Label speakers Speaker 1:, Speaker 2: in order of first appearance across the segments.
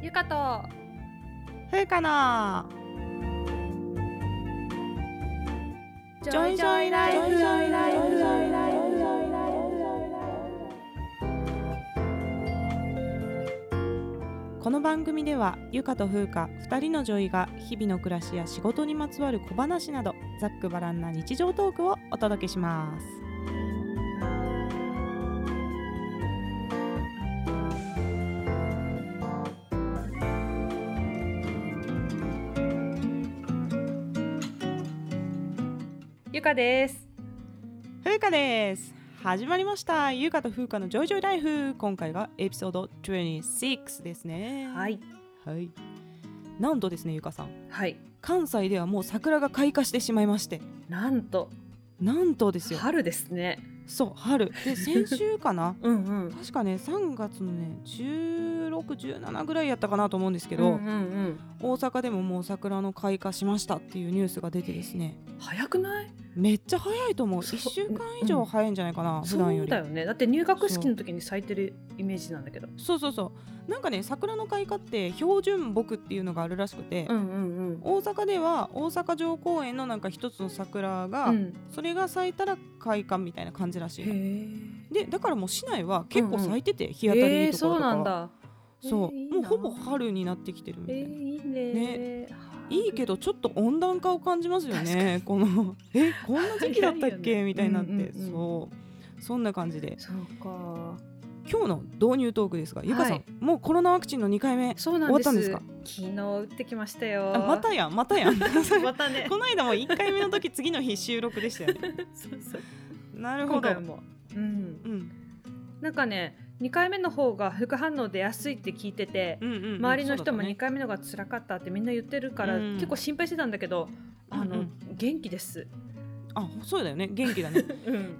Speaker 1: ゆかと
Speaker 2: ふうかな
Speaker 1: ジ
Speaker 2: ョイジョイライフジョイライフジョイライこの番組ではゆかとふうか2人の女医が日々の暮らしや仕事にまつわる小話などざっくばらんな日常トークをお届けします
Speaker 1: ゆかです
Speaker 2: ふうかです始まりましたゆかとふうかのジョイジョイライフ今回がエピソード26ですね
Speaker 1: はい
Speaker 2: はいなんとですねゆかさん
Speaker 1: はい
Speaker 2: 関西ではもう桜が開花してしまいまして
Speaker 1: なんと
Speaker 2: なんとですよ
Speaker 1: 春ですね
Speaker 2: そう春で先週かな
Speaker 1: うんうん
Speaker 2: 確かね3月のね1617ぐらいやったかなと思うんですけ
Speaker 1: け
Speaker 2: ど、
Speaker 1: うんうん
Speaker 2: 大阪でももう桜の開花しましたっていうニュースが出てですね
Speaker 1: うん、早くない
Speaker 2: めっちゃ早いと思う
Speaker 1: そ
Speaker 2: 1週間以上早いんじゃないかな、普段
Speaker 1: そ
Speaker 2: よ
Speaker 1: う
Speaker 2: り
Speaker 1: だよねだって入学式の時に咲いてるイメージなんだけど
Speaker 2: そうそうそうなんかね桜の開花って標準木っていうのがあるらしくて、
Speaker 1: んうん
Speaker 2: 大阪では大阪城公園のなんか一つの桜が、
Speaker 1: うん
Speaker 2: それが咲いたら開花みたいな感じらしいの
Speaker 1: へ
Speaker 2: でだからもう市内は結構
Speaker 1: うんうん
Speaker 2: 咲いてて、日
Speaker 1: え
Speaker 2: 当たりいいとこ
Speaker 1: そ
Speaker 2: ろ
Speaker 1: う
Speaker 2: とかは、
Speaker 1: なんだ
Speaker 2: そう、
Speaker 1: えーいいな
Speaker 2: もうほぼ春になってきてるみた
Speaker 1: え
Speaker 2: いな、
Speaker 1: ー、いいね
Speaker 2: いいけどちょっと温暖化を感じますよねこの えこんな時期だったっ
Speaker 1: 早いよ
Speaker 2: け
Speaker 1: ね
Speaker 2: みたいになって、
Speaker 1: うんうんうん
Speaker 2: そうそんな感じで
Speaker 1: そうか
Speaker 2: 今日の導入トークですがゆかさん、
Speaker 1: はい
Speaker 2: もうコロナワクチンの2回目
Speaker 1: そうなん
Speaker 2: 終わ
Speaker 1: で
Speaker 2: っ
Speaker 1: す
Speaker 2: たんですか
Speaker 1: 昨日打ってきましたよ
Speaker 2: あまたやんまたや ん
Speaker 1: またね
Speaker 2: この間も1回目の時次の日収録でしたよね
Speaker 1: そうそう
Speaker 2: なるほ
Speaker 1: 今
Speaker 2: ど
Speaker 1: 回も、うん、
Speaker 2: うん
Speaker 1: なんかね2回目の方が副反応出やすいって聞いてて、
Speaker 2: うんうんうん
Speaker 1: 周りの人も
Speaker 2: そうだ
Speaker 1: 2
Speaker 2: ったね
Speaker 1: 回目の方が辛かったってみんな言ってるから、
Speaker 2: うん
Speaker 1: 結構心配してたんだけどあの、
Speaker 2: うんう
Speaker 1: 元気です、
Speaker 2: あそうだよね元気だね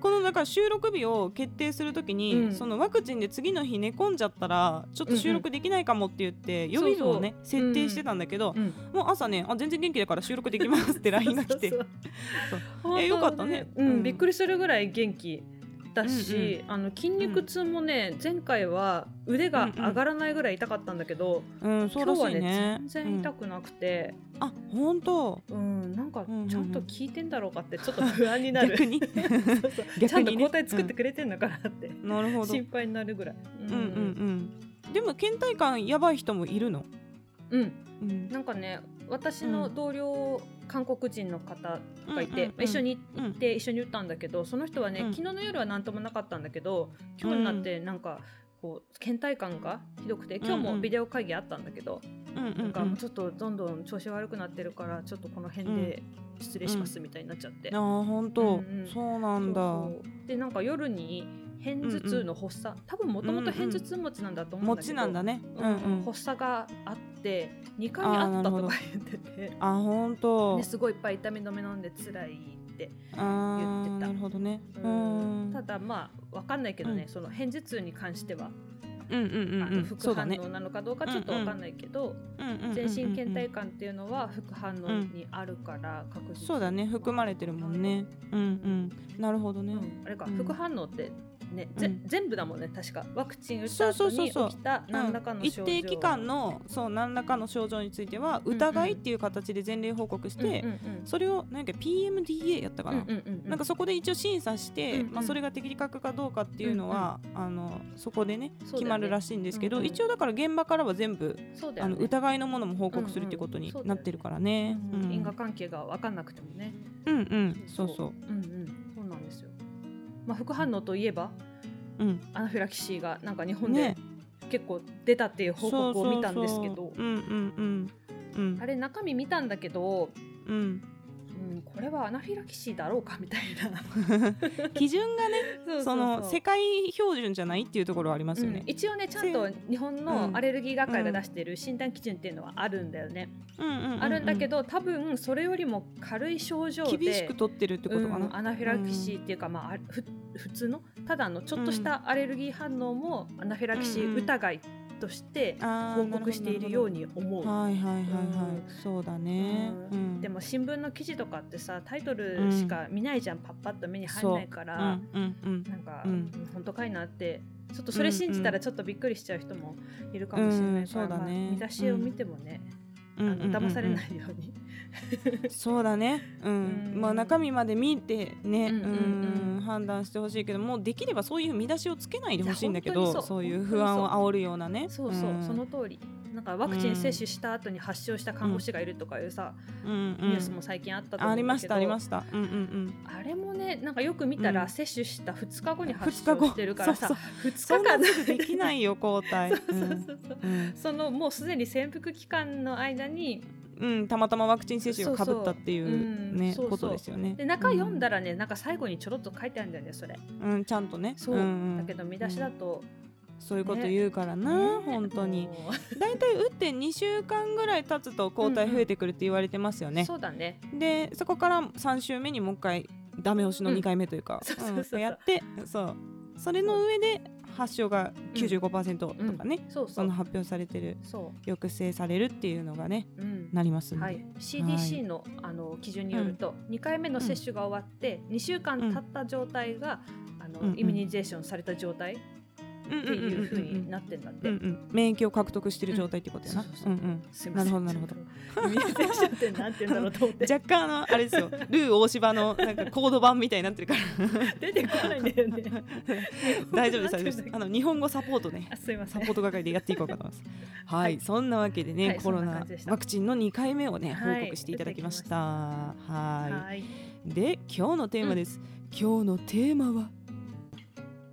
Speaker 2: このだから収録日を決定するときに、
Speaker 1: うん
Speaker 2: そのワクチンで次の日寝込んじゃったらちょっと収録できないかもって言って、予備日をね
Speaker 1: う
Speaker 2: 設定してたんだけど、
Speaker 1: うん
Speaker 2: もう朝ねあ全然元気だから収録できますって LINE が来 て
Speaker 1: そうそう
Speaker 2: う
Speaker 1: 本当
Speaker 2: えよかったね
Speaker 1: うん
Speaker 2: うん
Speaker 1: びっくりするぐらい元気だし、あの筋肉痛もね、前回は腕が上がらないぐらい痛かったんだけど、
Speaker 2: うんそう
Speaker 1: 今
Speaker 2: ら
Speaker 1: 日
Speaker 2: し
Speaker 1: はいね
Speaker 2: ね
Speaker 1: 全然痛くなくて、
Speaker 2: うんあ本当
Speaker 1: うん、なんか
Speaker 2: うんうんうん
Speaker 1: ちゃんと効いてんだろうかってちょっと不安になる
Speaker 2: 逆に
Speaker 1: そうそう
Speaker 2: 逆にね
Speaker 1: ちゃんと抗体作ってくれてんのかなって、
Speaker 2: なるほど
Speaker 1: 心配になるぐらい、
Speaker 2: うんうんうんでも倦怠感やばい人もいるの、
Speaker 1: うん
Speaker 2: うん
Speaker 1: なんかね私の同僚、韓国人の方がいて、
Speaker 2: うんうんうん
Speaker 1: まあ一緒に
Speaker 2: う
Speaker 1: 行っ
Speaker 2: ん、
Speaker 1: て一緒に打ったんだけどその人はね、
Speaker 2: うん
Speaker 1: 昨日の夜は何ともなかったんだけど今日になってなんかこう倦怠感がひどくて今日
Speaker 2: うんう
Speaker 1: も
Speaker 2: ん
Speaker 1: ビデオ会議あったんだけど、
Speaker 2: うんうんう
Speaker 1: なんかもうんちょっとどんどん調子悪くなってるからちょっとこの辺で失礼しますみたいになっちゃって。
Speaker 2: あー本当、
Speaker 1: うんうん
Speaker 2: そうなんだ
Speaker 1: そうそうでなんか夜に片頭痛の発作、多分もともと片頭痛持ちなんだと思う
Speaker 2: 持
Speaker 1: んだけ
Speaker 2: ち
Speaker 1: ど、
Speaker 2: なんだねうん
Speaker 1: うん
Speaker 2: うん、
Speaker 1: 発作があって2回あったとか言ってて、
Speaker 2: あ本当、
Speaker 1: ね、すごいいっぱい痛み止め飲んで辛いって、
Speaker 2: あ
Speaker 1: 言ってた
Speaker 2: ーなるほどね
Speaker 1: う
Speaker 2: うんん
Speaker 1: ただまあわかんないけどね、
Speaker 2: うん
Speaker 1: その片頭痛に関しては、
Speaker 2: うんうんうん
Speaker 1: あ
Speaker 2: う
Speaker 1: の
Speaker 2: ん
Speaker 1: 副
Speaker 2: そうだ
Speaker 1: 反
Speaker 2: ね
Speaker 1: 応なのかどうかちょっとわかんないけど、
Speaker 2: うんうんうんうんうん
Speaker 1: 全身倦怠感っていうのは副反応にあるから確実に
Speaker 2: そうだね含まれてるもんねうんうんなるほどね、
Speaker 1: うんあれか、
Speaker 2: うん
Speaker 1: 副反応って、ねぜ
Speaker 2: うん
Speaker 1: 全部だもんね確かワクチン打った
Speaker 2: そ
Speaker 1: 後
Speaker 2: うそうそう
Speaker 1: に起
Speaker 2: そう
Speaker 1: きた何らか
Speaker 2: う
Speaker 1: の
Speaker 2: ん一
Speaker 1: 症状、
Speaker 2: 定期間のそう何らかの症状については疑いっていう形で前例報告して、
Speaker 1: うんうん
Speaker 2: それをなんか PMDA やったか
Speaker 1: うん
Speaker 2: な、
Speaker 1: うんうんうん
Speaker 2: なんかそこで一応審査して、
Speaker 1: うんうん
Speaker 2: まあ、それが的確かどうかっていうのは、あのそこでね
Speaker 1: そうだよね
Speaker 2: 決まるらしいんですけど、
Speaker 1: うんうん
Speaker 2: 一応だから現場からは全部、
Speaker 1: そうだ
Speaker 2: あ
Speaker 1: よ
Speaker 2: の
Speaker 1: ね
Speaker 2: 疑いのものも報告するってこと
Speaker 1: うんうん
Speaker 2: に
Speaker 1: そうだよね
Speaker 2: なってるからね。
Speaker 1: うん
Speaker 2: うん
Speaker 1: 因果関係が分かんなくてもね
Speaker 2: うんうん、そうそう。
Speaker 1: うんうんそうなんですよまあ副反応といえば
Speaker 2: うん、
Speaker 1: アナフィラキシーがなんか日本で
Speaker 2: ね
Speaker 1: 結構出たっていう報告を見たんですけど、
Speaker 2: そうそうそううんうんうんうん
Speaker 1: あれ中身見たんだけど、
Speaker 2: うん、
Speaker 1: うん、これはアナフィラキシーだろうかみたい な
Speaker 2: 基準がね
Speaker 1: そうそうそう
Speaker 2: その世界標準じゃないっていうところはありますよ
Speaker 1: う
Speaker 2: ね
Speaker 1: ん、。一応ねちゃんと日本の
Speaker 2: うん
Speaker 1: アレルギー学会が出してる診断基準っていうのはあるんだよね、
Speaker 2: うんうんう
Speaker 1: あるんだけど多分それよりも軽い症状で
Speaker 2: 厳しく取ってるってことか
Speaker 1: うん
Speaker 2: な。
Speaker 1: アナフィラキシーっていうか、まあ、あふ普通のただのちょっとしたアレルギー反応もアナフィラキシー疑いっとして
Speaker 2: あー
Speaker 1: 報告しているように思う。
Speaker 2: はいはいはいはい、そうだね、
Speaker 1: う
Speaker 2: うん
Speaker 1: でも新聞の記事とかってさタイトルしか見ないじゃん、パッパッと目に入んないか
Speaker 2: う
Speaker 1: ら、
Speaker 2: んうんうん
Speaker 1: なんか、
Speaker 2: うん
Speaker 1: 本当かいなってちょっとそれ信じたらちょっとびっくりしちゃう人もいるかもしれ
Speaker 2: う
Speaker 1: なんいから、
Speaker 2: そうだね
Speaker 1: まあ見出しを見てもね、
Speaker 2: う
Speaker 1: あ
Speaker 2: ん
Speaker 1: の騙されないように、
Speaker 2: そうだね、うん
Speaker 1: うん
Speaker 2: まあ、中身まで見てね、う
Speaker 1: うんんうんうん
Speaker 2: 判断してほしいけどもうできればそういう見出しをつけないでほしいんだけ
Speaker 1: いや
Speaker 2: ど
Speaker 1: 本当
Speaker 2: そう
Speaker 1: にそう
Speaker 2: いう不安を
Speaker 1: 本当に
Speaker 2: 煽るようなね
Speaker 1: そうそう、
Speaker 2: ん
Speaker 1: その通りなんかワクチン接種した後に発症した看護師がいるとかいうさ、
Speaker 2: うんうん
Speaker 1: ニュースも最近あったと思
Speaker 2: あ
Speaker 1: うんだけど
Speaker 2: りましたありましたうんうんうん
Speaker 1: あれもねなんかよく見たら、
Speaker 2: うん
Speaker 1: 接種した2日後に発
Speaker 2: 2
Speaker 1: 症
Speaker 2: 日後
Speaker 1: してるからさ
Speaker 2: そう
Speaker 1: 2日
Speaker 2: そんな
Speaker 1: 間
Speaker 2: すぐできないよ交 代
Speaker 1: そうそうそうそう
Speaker 2: うんうん
Speaker 1: そのもうすでに潜伏期間の間に
Speaker 2: うん、たまたまワクチン接種がかぶったってい
Speaker 1: そうそう
Speaker 2: う
Speaker 1: うんそ
Speaker 2: ね
Speaker 1: うそう
Speaker 2: ことですよね。
Speaker 1: で中読んだらね、なんか最後にちょろっと書いてあるんだよねそれ
Speaker 2: うん、うんちゃんとね
Speaker 1: そう、
Speaker 2: んん
Speaker 1: だけど見出しだと、
Speaker 2: そういうこと言うからな、
Speaker 1: ね
Speaker 2: 本当に
Speaker 1: もう
Speaker 2: だいたい打って2週間ぐらい経つと抗体増えてくるって言われてますよね。
Speaker 1: そうだね
Speaker 2: でそこから3週目にもう一回ダメ押しの2回目という
Speaker 1: うん
Speaker 2: か
Speaker 1: そうそうそうそう
Speaker 2: うんやってそうそれの上で発症が95%とかね、
Speaker 1: そうそ
Speaker 2: その
Speaker 1: う
Speaker 2: 発表されてる
Speaker 1: そ
Speaker 2: 抑制されるっていうのがね
Speaker 1: う、うん
Speaker 2: なりますんで、
Speaker 1: はい、CDC の,、あの基準によると、2回目の接種が終わって2週間経った状態が、あの
Speaker 2: うんうん
Speaker 1: イミニゼーションされた状態っ
Speaker 2: うん
Speaker 1: て
Speaker 2: うんうん
Speaker 1: いう
Speaker 2: う
Speaker 1: ふうに
Speaker 2: ん
Speaker 1: なってんだって。
Speaker 2: うんうん免疫を獲得してる状態ってことやな、
Speaker 1: うんそう
Speaker 2: う
Speaker 1: そ
Speaker 2: ん
Speaker 1: うそう
Speaker 2: うん
Speaker 1: すいません
Speaker 2: なるほどなる
Speaker 1: ほど。イミニゼーションってなんて言うんだろうと 思って
Speaker 2: 若干あのあれで すよルー大芝のなんかコード版みたいになってるから
Speaker 1: 出てこないんだよね。
Speaker 2: 大丈夫で
Speaker 1: な
Speaker 2: す
Speaker 1: んて言うん
Speaker 2: 大丈夫で
Speaker 1: だ
Speaker 2: す
Speaker 1: っけ
Speaker 2: あの日本語サポートね
Speaker 1: あすいませ
Speaker 2: サ
Speaker 1: ん
Speaker 2: ポー。ト係でやっていこうかと思います。はい、
Speaker 1: はい
Speaker 2: そんなわけでね、
Speaker 1: はい
Speaker 2: コロ
Speaker 1: そんな
Speaker 2: ナ
Speaker 1: 感じでした
Speaker 2: ワクチンの2回目をね、
Speaker 1: はい
Speaker 2: 報告していただきました。はい
Speaker 1: はい。
Speaker 2: で、今日のテーマです。今日のテーマは、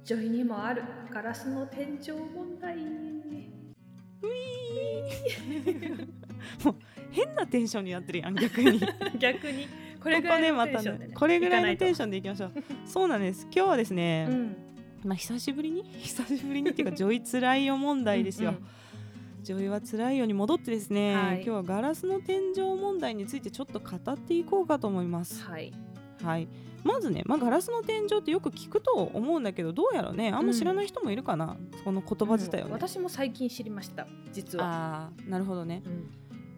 Speaker 1: 女医にもあるガラスの天井問題。
Speaker 2: 変なテンションになってるやん、逆に。こ
Speaker 1: 逆にこ
Speaker 2: こ
Speaker 1: れぐらい
Speaker 2: ね、
Speaker 1: の
Speaker 2: ま
Speaker 1: テン
Speaker 2: た
Speaker 1: ションで
Speaker 2: ね
Speaker 1: ね。、
Speaker 2: これぐらいのテン
Speaker 1: シ
Speaker 2: ションでいきましょう。そうなんです。今日はですね、
Speaker 1: うん。
Speaker 2: まあ、久しぶりに、久しぶりにっていうか、ジョイつらいよ問題ですよ。
Speaker 1: うんうん
Speaker 2: ジョイは辛いよに戻ってですね、
Speaker 1: はい
Speaker 2: 今日はガラスの天井問題についてちょっと語っていこうかと思います。
Speaker 1: はい。
Speaker 2: はい、まずね、まあ、ガラスの天井ってよく聞くと思うんだけどどうやらねあんま知らない人もいるかな、この言葉自体を
Speaker 1: うん
Speaker 2: ね。
Speaker 1: 私も最近知りました。実は。
Speaker 2: あーなるほどね
Speaker 1: うん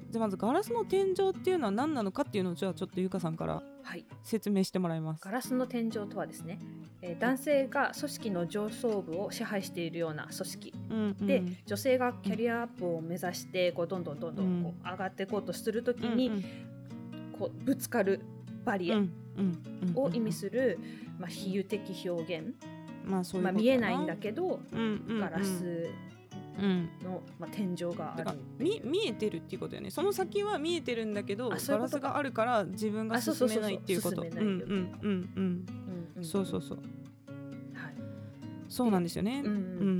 Speaker 2: じゃあまずガラスの天井っていうのは何なのかっていうのをじゃあちょっとゆかさんから
Speaker 1: はい。
Speaker 2: 説明してもらいます
Speaker 1: ガ。ラスの天井とはですね、えー男性が組織の上層部を支配しているような組織
Speaker 2: うんうん
Speaker 1: で、女性がキャリアアップを目指してこうどんどんどんどんこう上がっていこうとするとき
Speaker 2: う
Speaker 1: に
Speaker 2: ん
Speaker 1: こうぶつかるバリ
Speaker 2: うんう
Speaker 1: ア
Speaker 2: んうん
Speaker 1: を意味する、まあ、比喩的表現、
Speaker 2: うんまあそういう
Speaker 1: まあ、
Speaker 2: こと
Speaker 1: 見えないんだ
Speaker 2: け
Speaker 1: けど
Speaker 2: ど、うんうんうん
Speaker 1: ガラ、ス
Speaker 2: うん、
Speaker 1: の、まあ、天井があ
Speaker 2: だから
Speaker 1: る。
Speaker 2: 見見えてるっていうことよねその先は見えてるんだけど
Speaker 1: あそういう
Speaker 2: ガラ
Speaker 1: こと
Speaker 2: ス
Speaker 1: か
Speaker 2: があるから自分が
Speaker 1: あそう
Speaker 2: 進
Speaker 1: そうそうそ
Speaker 2: め
Speaker 1: う
Speaker 2: ないっていうこと。うん
Speaker 1: 進め
Speaker 2: う
Speaker 1: ないよ
Speaker 2: んうんうん
Speaker 1: うんう
Speaker 2: うんんそうそうそう
Speaker 1: はい
Speaker 2: そうなんですよね
Speaker 1: う。
Speaker 2: うん
Speaker 1: うん
Speaker 2: ん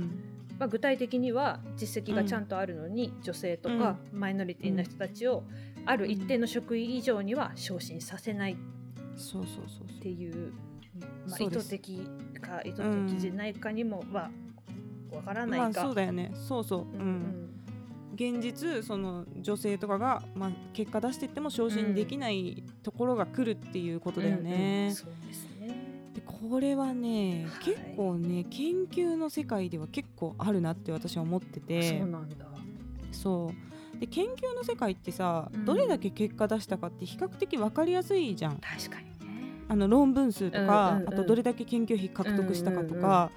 Speaker 1: まあ、具体的には実績がちゃんとあるのに、女性とかマイノリティの人たちをある一定の職位以上には昇進させないっ
Speaker 2: そうそうそうそう
Speaker 1: ていう、まあ、
Speaker 2: そ
Speaker 1: 意
Speaker 2: うで
Speaker 1: 図
Speaker 2: す
Speaker 1: 的か意図的じゃないかにもはわからない
Speaker 2: まあ
Speaker 1: が、
Speaker 2: そうだよねそうそう、うん
Speaker 1: うん
Speaker 2: 現実その女性とかが、まあ、結果出してっても昇進できないところが来るっていうことだよ
Speaker 1: うんう
Speaker 2: ね
Speaker 1: ん、そうですね。
Speaker 2: でこれはね、
Speaker 1: はい
Speaker 2: 結構ね研究の世界では結構あるなって私は思ってて
Speaker 1: そうなんだ。
Speaker 2: そうで研究の世界ってさ、
Speaker 1: うん
Speaker 2: どれだけ結果出したかって比較的分かりやすいじゃん
Speaker 1: 確かにね。
Speaker 2: あの論文数と
Speaker 1: う
Speaker 2: か、
Speaker 1: んうんうん
Speaker 2: あとどれだけ研究費獲得したかとか、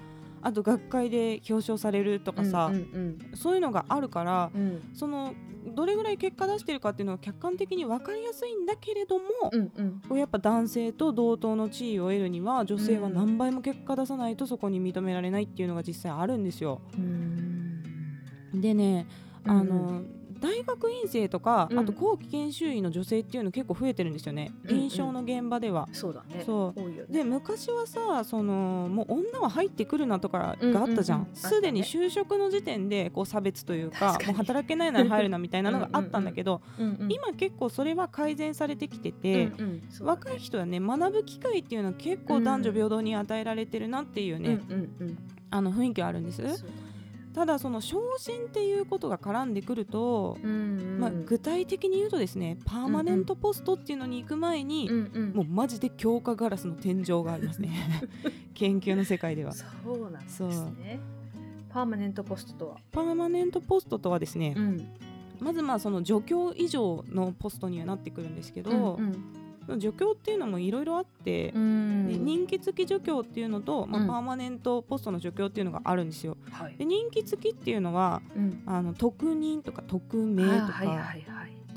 Speaker 2: あと学会で表彰されるとかさ、
Speaker 1: うんうん
Speaker 2: そういうのがあるから
Speaker 1: うんうん
Speaker 2: そのどれぐらい結果出してるかっていうのは客観的に分かりやすいんだけれども、
Speaker 1: うんうん
Speaker 2: やっぱ男性と同等の地位を得るには女性は
Speaker 1: うん
Speaker 2: 何倍も結果出さないとそこに認められないっていうのが実際あるんですよ。
Speaker 1: うん
Speaker 2: でね
Speaker 1: うん
Speaker 2: あの、大学院生とか、
Speaker 1: うん
Speaker 2: あと後期研修医の女性っていうの結構増えてるんですよね、
Speaker 1: うんうん
Speaker 2: 臨床の現場では。
Speaker 1: そうだね。
Speaker 2: そう
Speaker 1: 多いよね。
Speaker 2: で昔はさそのもう女は入ってくるなとかがあったじゃ
Speaker 1: うん
Speaker 2: ん
Speaker 1: うんうん
Speaker 2: すで、に就職の時点でこう差別というか
Speaker 1: 確かに
Speaker 2: もう働けないなら入るなみたいなのがあったんだけど
Speaker 1: うんうん、
Speaker 2: 今結構それは改善されてきてて、
Speaker 1: うんうんそうだね
Speaker 2: 若い人はね学ぶ機会っていうのは結構男女平等に与えられてるなっていうね、
Speaker 1: うんうん
Speaker 2: あの雰囲気あるんで
Speaker 1: うん、
Speaker 2: す
Speaker 1: そうだね
Speaker 2: ただその昇進っていうことが絡んでくると、
Speaker 1: うんうん
Speaker 2: まあ、具体的に言うとですねパーマネントポストっていうのに行く前に、
Speaker 1: うんうん、
Speaker 2: もうマジで強化ガラ スの天井がありますね研究の世界では
Speaker 1: そうなんです
Speaker 2: そう
Speaker 1: ね。パーマネントポストとは。
Speaker 2: パーマネントポストとはですね、
Speaker 1: ん。
Speaker 2: まずまあその助教以上のポストにはなってくるんですけど、
Speaker 1: うん
Speaker 2: その助教っていうのもいろいろあって
Speaker 1: う、ん。
Speaker 2: で人気付き助教っていうのと、
Speaker 1: う
Speaker 2: まあ、
Speaker 1: ん
Speaker 2: パーマネントポストの助教っていうのがあるんですよ。
Speaker 1: はい
Speaker 2: で。人気付きっていうのは
Speaker 1: うん。
Speaker 2: あの特任とか特
Speaker 1: あ
Speaker 2: 命
Speaker 1: ー
Speaker 2: とか、
Speaker 1: はいはいはい。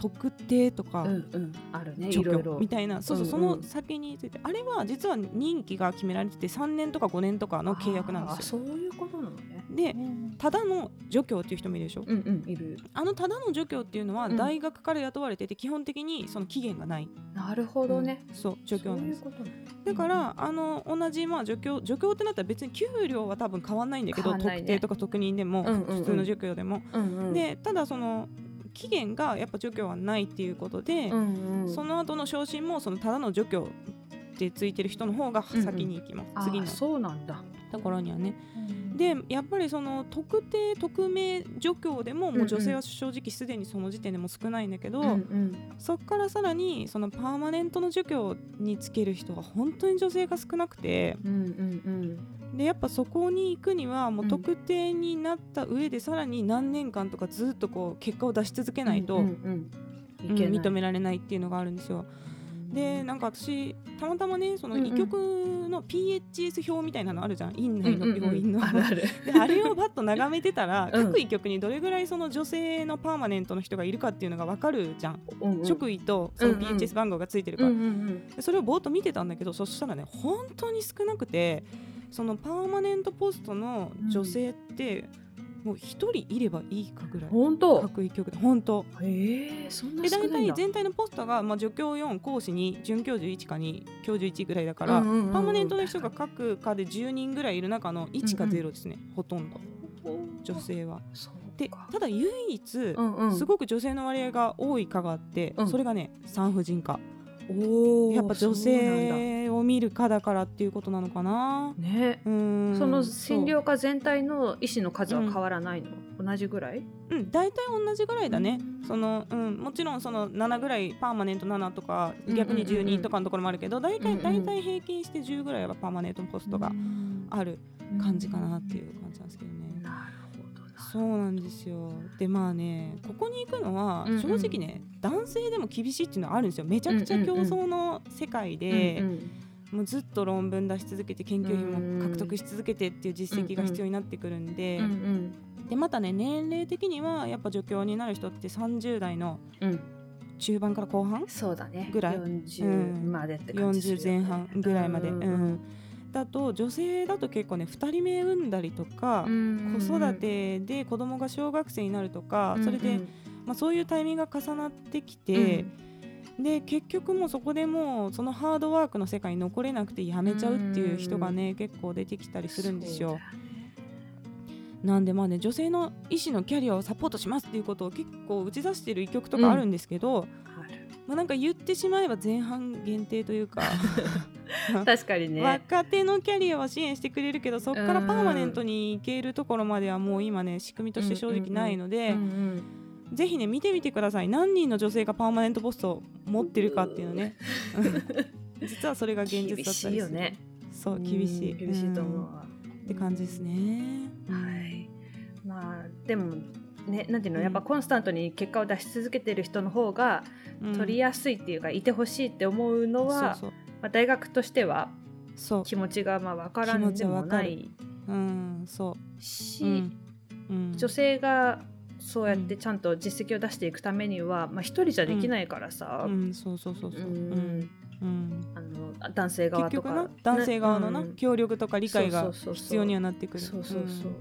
Speaker 2: 特定とか、
Speaker 1: うんうん。あるね。い
Speaker 2: 助
Speaker 1: ろい
Speaker 2: 教
Speaker 1: ろ
Speaker 2: み。たいなそうそう、
Speaker 1: うんうん
Speaker 2: その先についてあれは実は任期が決められてて3年とか5年とかの契約なん
Speaker 1: あー
Speaker 2: ですよ。
Speaker 1: そういうことなのね。
Speaker 2: で
Speaker 1: うん
Speaker 2: ただの助教っていう人もいるでしょ、
Speaker 1: うんいる。
Speaker 2: あのただの助教っていうのは
Speaker 1: うん
Speaker 2: 大学から雇われてて基本的にその期限がない、
Speaker 1: なるほどね。
Speaker 2: うんそう助教なんです
Speaker 1: そういうことなの
Speaker 2: だからあの同じまあ助教助教ってなったら別に給料は多分変わんないんだけ
Speaker 1: 変
Speaker 2: ど、
Speaker 1: わんないね
Speaker 2: 特定とか特任でも、
Speaker 1: うんうんうん
Speaker 2: 普通の助教でも、
Speaker 1: うんうん。
Speaker 2: でただその期限がやっぱ助教はないっていうことで、
Speaker 1: うんうん。
Speaker 2: その後の昇進もそのただの助教ってついてる人の方が
Speaker 1: うんうん
Speaker 2: 先に行きます、
Speaker 1: あー
Speaker 2: 次の
Speaker 1: そうなんだ。
Speaker 2: ところにはね。でやっぱりその特定匿名助教でも
Speaker 1: うん
Speaker 2: も
Speaker 1: う
Speaker 2: うん女性は正直すでにその時点でもう少ないんだけど、
Speaker 1: うんうん。
Speaker 2: そこからさらにそのパーマネントの助教につける人が本当に女性が少なくて
Speaker 1: うんうん
Speaker 2: でやっぱそこに行くにはも
Speaker 1: う
Speaker 2: うん特定になった上でさらに何年間とかずっとこう結果を出し続
Speaker 1: う
Speaker 2: け
Speaker 1: ん。
Speaker 2: ないと、
Speaker 1: うんうんうん。いけ
Speaker 2: うん認
Speaker 1: め。
Speaker 2: められないっていうのがあるんですよ。でなんか私たまたまねその
Speaker 1: うんうん
Speaker 2: 医局の PHS 表みたいなのあるじゃん院内の
Speaker 1: うんうんうん
Speaker 2: 病院の。
Speaker 1: あるある。
Speaker 2: であれをバッと眺めてたら、
Speaker 1: うん
Speaker 2: 各医局にどれぐらいその女性のパーマネントの人がいるかっていうのが分かるじゃん、
Speaker 1: うんうん
Speaker 2: 職位とその
Speaker 1: うんうん
Speaker 2: PHS 番号がついてるか
Speaker 1: う
Speaker 2: ら、
Speaker 1: んうん
Speaker 2: でそれをぼーっと見てたんだけどそしたらね本当に少なくてそのパーマネントポストの女性って、もう一人いればいいかぐら
Speaker 1: うん。
Speaker 2: い
Speaker 1: 本当。
Speaker 2: 各医局で本当
Speaker 1: ええそんな
Speaker 2: で
Speaker 1: 少
Speaker 2: 大
Speaker 1: ないん
Speaker 2: 体
Speaker 1: だ。
Speaker 2: 全体のポストが、まあ、助教4講師に准教授1か2教授1ぐらいだから、
Speaker 1: うんうんうんうん
Speaker 2: パーマネントの人が各科で10人ぐらいいる中の1か0ですね、ほとんど女性は。
Speaker 1: そう
Speaker 2: で
Speaker 1: か
Speaker 2: ただ唯一、
Speaker 1: うんうん。
Speaker 2: すごく女性の割合が多い科があって、
Speaker 1: うん
Speaker 2: それがね産婦人科
Speaker 1: おー
Speaker 2: やっぱ女
Speaker 1: そうなんだ
Speaker 2: 性を見る科だからっていうことなのかな
Speaker 1: ね
Speaker 2: うーん
Speaker 1: その診
Speaker 2: そ
Speaker 1: 療科全体の医師の数は変わらないの、同じぐらいう
Speaker 2: うん大体同じぐらいだね
Speaker 1: うん
Speaker 2: その、うん、もちろんその7ぐらいパーマネント7とか
Speaker 1: うんうんうん
Speaker 2: 逆に12とかのところもあるけど大
Speaker 1: うんう
Speaker 2: 体
Speaker 1: ん
Speaker 2: 大体平均して10ぐらいはパーマネントのポストがある感じかなっていう感じなんですけどね。
Speaker 1: なるほどな
Speaker 2: そうなんですよでまあねここに行くのは
Speaker 1: うんうん
Speaker 2: 正直ね、男性でも厳しいっていうのはあるんですよめちゃくちゃ競争の世界で、
Speaker 1: うん
Speaker 2: もうずっと論文出し続けて研究費
Speaker 1: うんうん
Speaker 2: も獲得し続けてっていう実績が必要になってくるんで、
Speaker 1: うんうん
Speaker 2: でまたね年齢的にはやっぱ助教になる人って30代の
Speaker 1: うんうん
Speaker 2: 中盤から後半
Speaker 1: そうだね
Speaker 2: ぐらい
Speaker 1: 40までって感じする
Speaker 2: 40前半ぐらいまで、
Speaker 1: うん
Speaker 2: うんだと女性だと結構ね2人目産んだりとか、
Speaker 1: うん
Speaker 2: 子育てで子供が小学生になるとか、それで、まあ、そういうタイミングが重なってき
Speaker 1: うんうん
Speaker 2: て、で結局もうそこでもうそのハードワークの世界に残れなくてやめちゃうっていう人がね、結構出てきたりするんですよ。なんでまあね女性の医師のキャリアをサポートしますっていうことを結構打ち出してる医局とかあるんですけ
Speaker 1: そ
Speaker 2: ど、
Speaker 1: うだね
Speaker 2: まあ、なんか言ってしまえば前半限定というか、
Speaker 1: ある確かに ね
Speaker 2: 若手のキャリアは支援してくれるけどそこから
Speaker 1: うん
Speaker 2: パーマネントに行けるところまではもう今ね仕組みとして正直ないので、
Speaker 1: うんうん
Speaker 2: ぜひね見てみてください何人の女性がパーマネントポストを持ってるかっていうのね 実はそれが現実だったり
Speaker 1: 厳しいよね
Speaker 2: そう厳しい
Speaker 1: うん厳しいと思うわ
Speaker 2: うんって感じですね
Speaker 1: はい、まあでもねなんていうのやっぱコンスタントに結果を出し続けてる人の方が取り
Speaker 2: あ
Speaker 1: やすいっていうか、いてほしいって思う
Speaker 2: え
Speaker 1: のは
Speaker 2: そう
Speaker 1: まあ、大学としては
Speaker 2: そうそ
Speaker 1: 気持ちがまあ分からんでもない
Speaker 2: うんうんそう
Speaker 1: し、
Speaker 2: うんうん
Speaker 1: 女性がそうやってちゃんと実績を出していくためには、まあ、一人じゃできないからさ、
Speaker 2: うんそうそうそうそう
Speaker 1: う
Speaker 2: うんんうん
Speaker 1: あの男性側
Speaker 2: 結
Speaker 1: と
Speaker 2: 局
Speaker 1: か
Speaker 2: な男性側のな、
Speaker 1: ねうん
Speaker 2: 協力とか理
Speaker 1: そ
Speaker 2: 解が
Speaker 1: うそうそうそう
Speaker 2: 必要にはなってくる
Speaker 1: そうそうそう、
Speaker 2: ん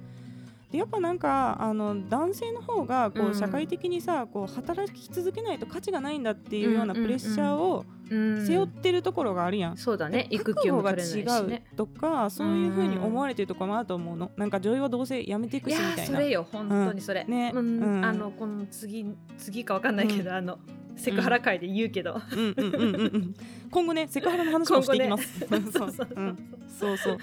Speaker 2: でやっぱなんかあの男性の方がこ
Speaker 1: う
Speaker 2: うん社会的にさ、こう働き続けないと価値がないんだっていうような
Speaker 1: うんうんう
Speaker 2: プ
Speaker 1: ん
Speaker 2: レッシャーを
Speaker 1: うん
Speaker 2: 背負ってるところがあるやん。
Speaker 1: そうだね
Speaker 2: で
Speaker 1: 育休も取
Speaker 2: 覚
Speaker 1: れないし
Speaker 2: 悟が違う
Speaker 1: ね
Speaker 2: とかそういうふうに思われてるところもあると思うの、なんか女優はどうせやめていく
Speaker 1: い
Speaker 2: し
Speaker 1: や
Speaker 2: み
Speaker 1: ー
Speaker 2: たい
Speaker 1: そ
Speaker 2: な
Speaker 1: れよ本当にそれ、
Speaker 2: うんね
Speaker 1: うん
Speaker 2: うん
Speaker 1: あのこの次次か分かんないけど、あのセクハラ界で言うけど、
Speaker 2: うんうんうんうんうん今後ねセクハラの話もしていきます、
Speaker 1: 今後ね
Speaker 2: そう
Speaker 1: そうそうそう
Speaker 2: うんそう そう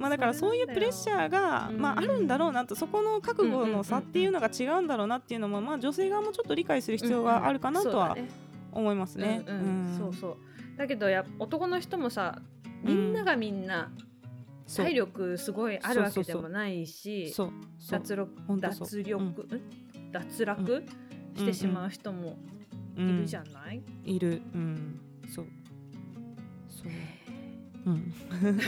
Speaker 2: まあだからそういうプレッシャーが、
Speaker 1: うん
Speaker 2: まあ、あるんだろうなとそこの覚悟の差っていうのが違うんだろうなっていうのも、まあ、女性側もちょっと理解する必要があるかなとは
Speaker 1: そうだね
Speaker 2: 思いますね。
Speaker 1: うんうんそうそうだけどやっぱ男の人もさみんながみんな
Speaker 2: そう
Speaker 1: 体力すごいあるわけで
Speaker 2: そうそうそ
Speaker 1: もないし
Speaker 2: そうそう
Speaker 1: 脱力
Speaker 2: ほんとそう
Speaker 1: 脱力、ん脱落してしまう人もいるじゃない、
Speaker 2: うんいるうんそうそううん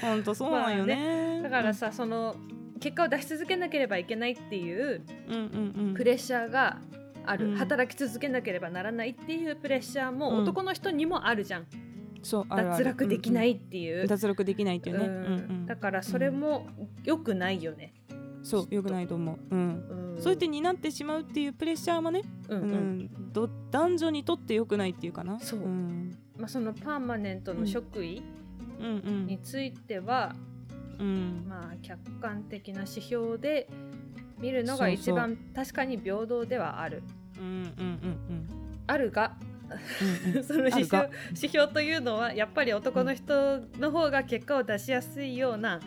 Speaker 2: 本当そうなんよね,、
Speaker 1: だからさその結果を出し続けなければいけないっていう
Speaker 2: うんうんうん
Speaker 1: プレッシャーがある、
Speaker 2: うん
Speaker 1: 働き続けなければならないっていうプレッシャーも
Speaker 2: うん
Speaker 1: 男の人にもあるじゃん、
Speaker 2: そうある
Speaker 1: 脱
Speaker 2: ある
Speaker 1: 落できな
Speaker 2: うん
Speaker 1: いっていう
Speaker 2: うん。脱落できないっていうね、
Speaker 1: う
Speaker 2: うんんうん、
Speaker 1: だからそれも良くないよね。きっ
Speaker 2: そう
Speaker 1: と
Speaker 2: よくないと思う、うん、
Speaker 1: うん
Speaker 2: そうやって担ってしまうっていうプレッシャーもね、
Speaker 1: うん
Speaker 2: う
Speaker 1: うんん
Speaker 2: ど男女にとってよくないっていうかな
Speaker 1: そう
Speaker 2: うん、
Speaker 1: まあ、そのパーマネントの職位
Speaker 2: うんうん
Speaker 1: については、
Speaker 2: うん
Speaker 1: まあ、客観的な指標で見るのが
Speaker 2: そう
Speaker 1: 一
Speaker 2: そう
Speaker 1: 番確かに平等ではある。
Speaker 2: うんうんうん
Speaker 1: あるが
Speaker 2: うんうん
Speaker 1: その指
Speaker 2: あ
Speaker 1: 標
Speaker 2: る
Speaker 1: 指標というのはやっぱり男の人の方が結果を出しやすいような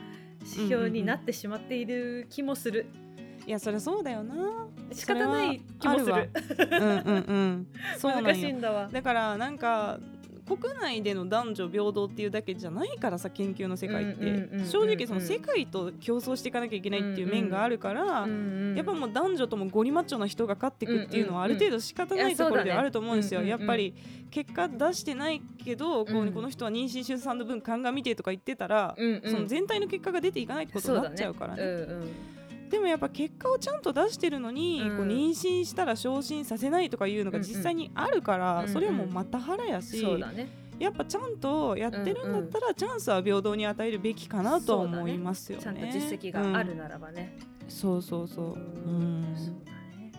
Speaker 1: 指標になってしまっている気もする。
Speaker 2: いやそりゃそうだよな
Speaker 1: 仕方ない気もす
Speaker 2: それはあ
Speaker 1: る
Speaker 2: る。うんうんうんそうなんよ
Speaker 1: 難しいんだわ。
Speaker 2: だからなんか国内での男女平等っていうだけじゃないからさ研究の世界って、
Speaker 1: うんうんうんうん
Speaker 2: 正直その世界と競争していかなきゃいけないっていう面があるから、
Speaker 1: うんうん
Speaker 2: やっぱもう男女ともゴリマッチョな人が勝っていくっていうのはある程度仕方
Speaker 1: うんうん
Speaker 2: な
Speaker 1: うん
Speaker 2: いところではあると思うんですよ。
Speaker 1: いや
Speaker 2: や
Speaker 1: そう
Speaker 2: っ
Speaker 1: だ
Speaker 2: ぱ
Speaker 1: ね
Speaker 2: り結果出してないけど、こ
Speaker 1: う
Speaker 2: うんこの人は妊娠出産の分鑑みてとか言ってたら、
Speaker 1: うんうん
Speaker 2: その全体の結果が出ていかないってことになっちゃうからね。
Speaker 1: そうだね
Speaker 2: でもやっぱ結果をちゃんと出してるのに、
Speaker 1: うん
Speaker 2: こう妊娠したら昇進させないとかいうのが実際にあるか
Speaker 1: う
Speaker 2: ら、
Speaker 1: んうん
Speaker 2: それはもうまた腹
Speaker 1: う
Speaker 2: や
Speaker 1: んうん
Speaker 2: し、
Speaker 1: そうだね。
Speaker 2: やっぱちゃんとやってるんだったら、チャンスは平等に与えるべきかなとは
Speaker 1: そうだね
Speaker 2: 思いますよね。
Speaker 1: ちゃんと実績があるならばね。
Speaker 2: うんそうそうそう。うん
Speaker 1: そうだね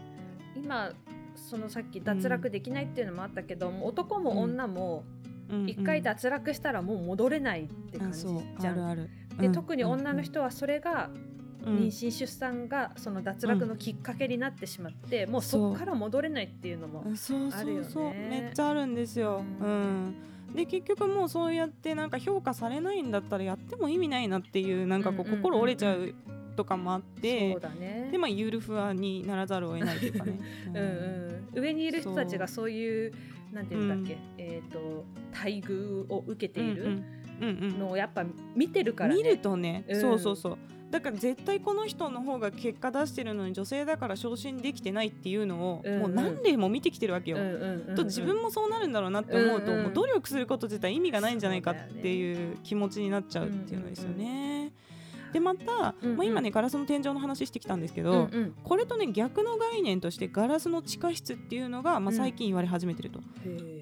Speaker 1: 今そのさっき脱落できないっていうのもあったけど、もう男も女も
Speaker 2: うん
Speaker 1: 一回脱落したらもう戻れないって感
Speaker 2: あ
Speaker 1: じ
Speaker 2: そう
Speaker 1: じゃ
Speaker 2: ある
Speaker 1: ん。
Speaker 2: ある。
Speaker 1: で
Speaker 2: うん
Speaker 1: 特に女の、人はそれが
Speaker 2: うん
Speaker 1: 妊娠出産がその脱落のきっかけになってしまって、もうそこから戻れないっていうのも
Speaker 2: うんそう
Speaker 1: あ
Speaker 2: そ
Speaker 1: るよ
Speaker 2: うそう、
Speaker 1: ね
Speaker 2: めっちゃあるんですよ。
Speaker 1: う
Speaker 2: うんん。で結局もうそうやってなんか評価されないんだったらやっても意味ないなっていうなんか
Speaker 1: うん
Speaker 2: こう
Speaker 1: うんうんうん
Speaker 2: 心折れちゃうとかもあって
Speaker 1: そう、だね。
Speaker 2: でまあゆるふわにならざるを得ないというかね。
Speaker 1: うんうん、上にいる人たちがそういうなんていうんだっけ、えっ、と待遇を受けている
Speaker 2: うんうんうんうん
Speaker 1: のをやっぱ見てるからね。
Speaker 2: 見るとね、
Speaker 1: うん
Speaker 2: そうそうそうだから絶対この人の方が結果出してるのに女性だから昇進できてないっていうのを、
Speaker 1: うんうん
Speaker 2: もう何例も見てきてるわけよ、
Speaker 1: うんうんうんうん
Speaker 2: と自分もそうなるんだろうなって思うと、
Speaker 1: うんうん
Speaker 2: もう努力すること自体意味がないんじゃないかっ
Speaker 1: そうだよね
Speaker 2: ていう気持ちになっちゃうっていうのですよね。でまた、
Speaker 1: うんうん
Speaker 2: まあ、今ねガラスの天井の話してきたんですけど、
Speaker 1: うんうん
Speaker 2: これとね逆の概念としてガラスの地下室っていうのが、ま
Speaker 1: うん
Speaker 2: あ、最近言われ始めてると、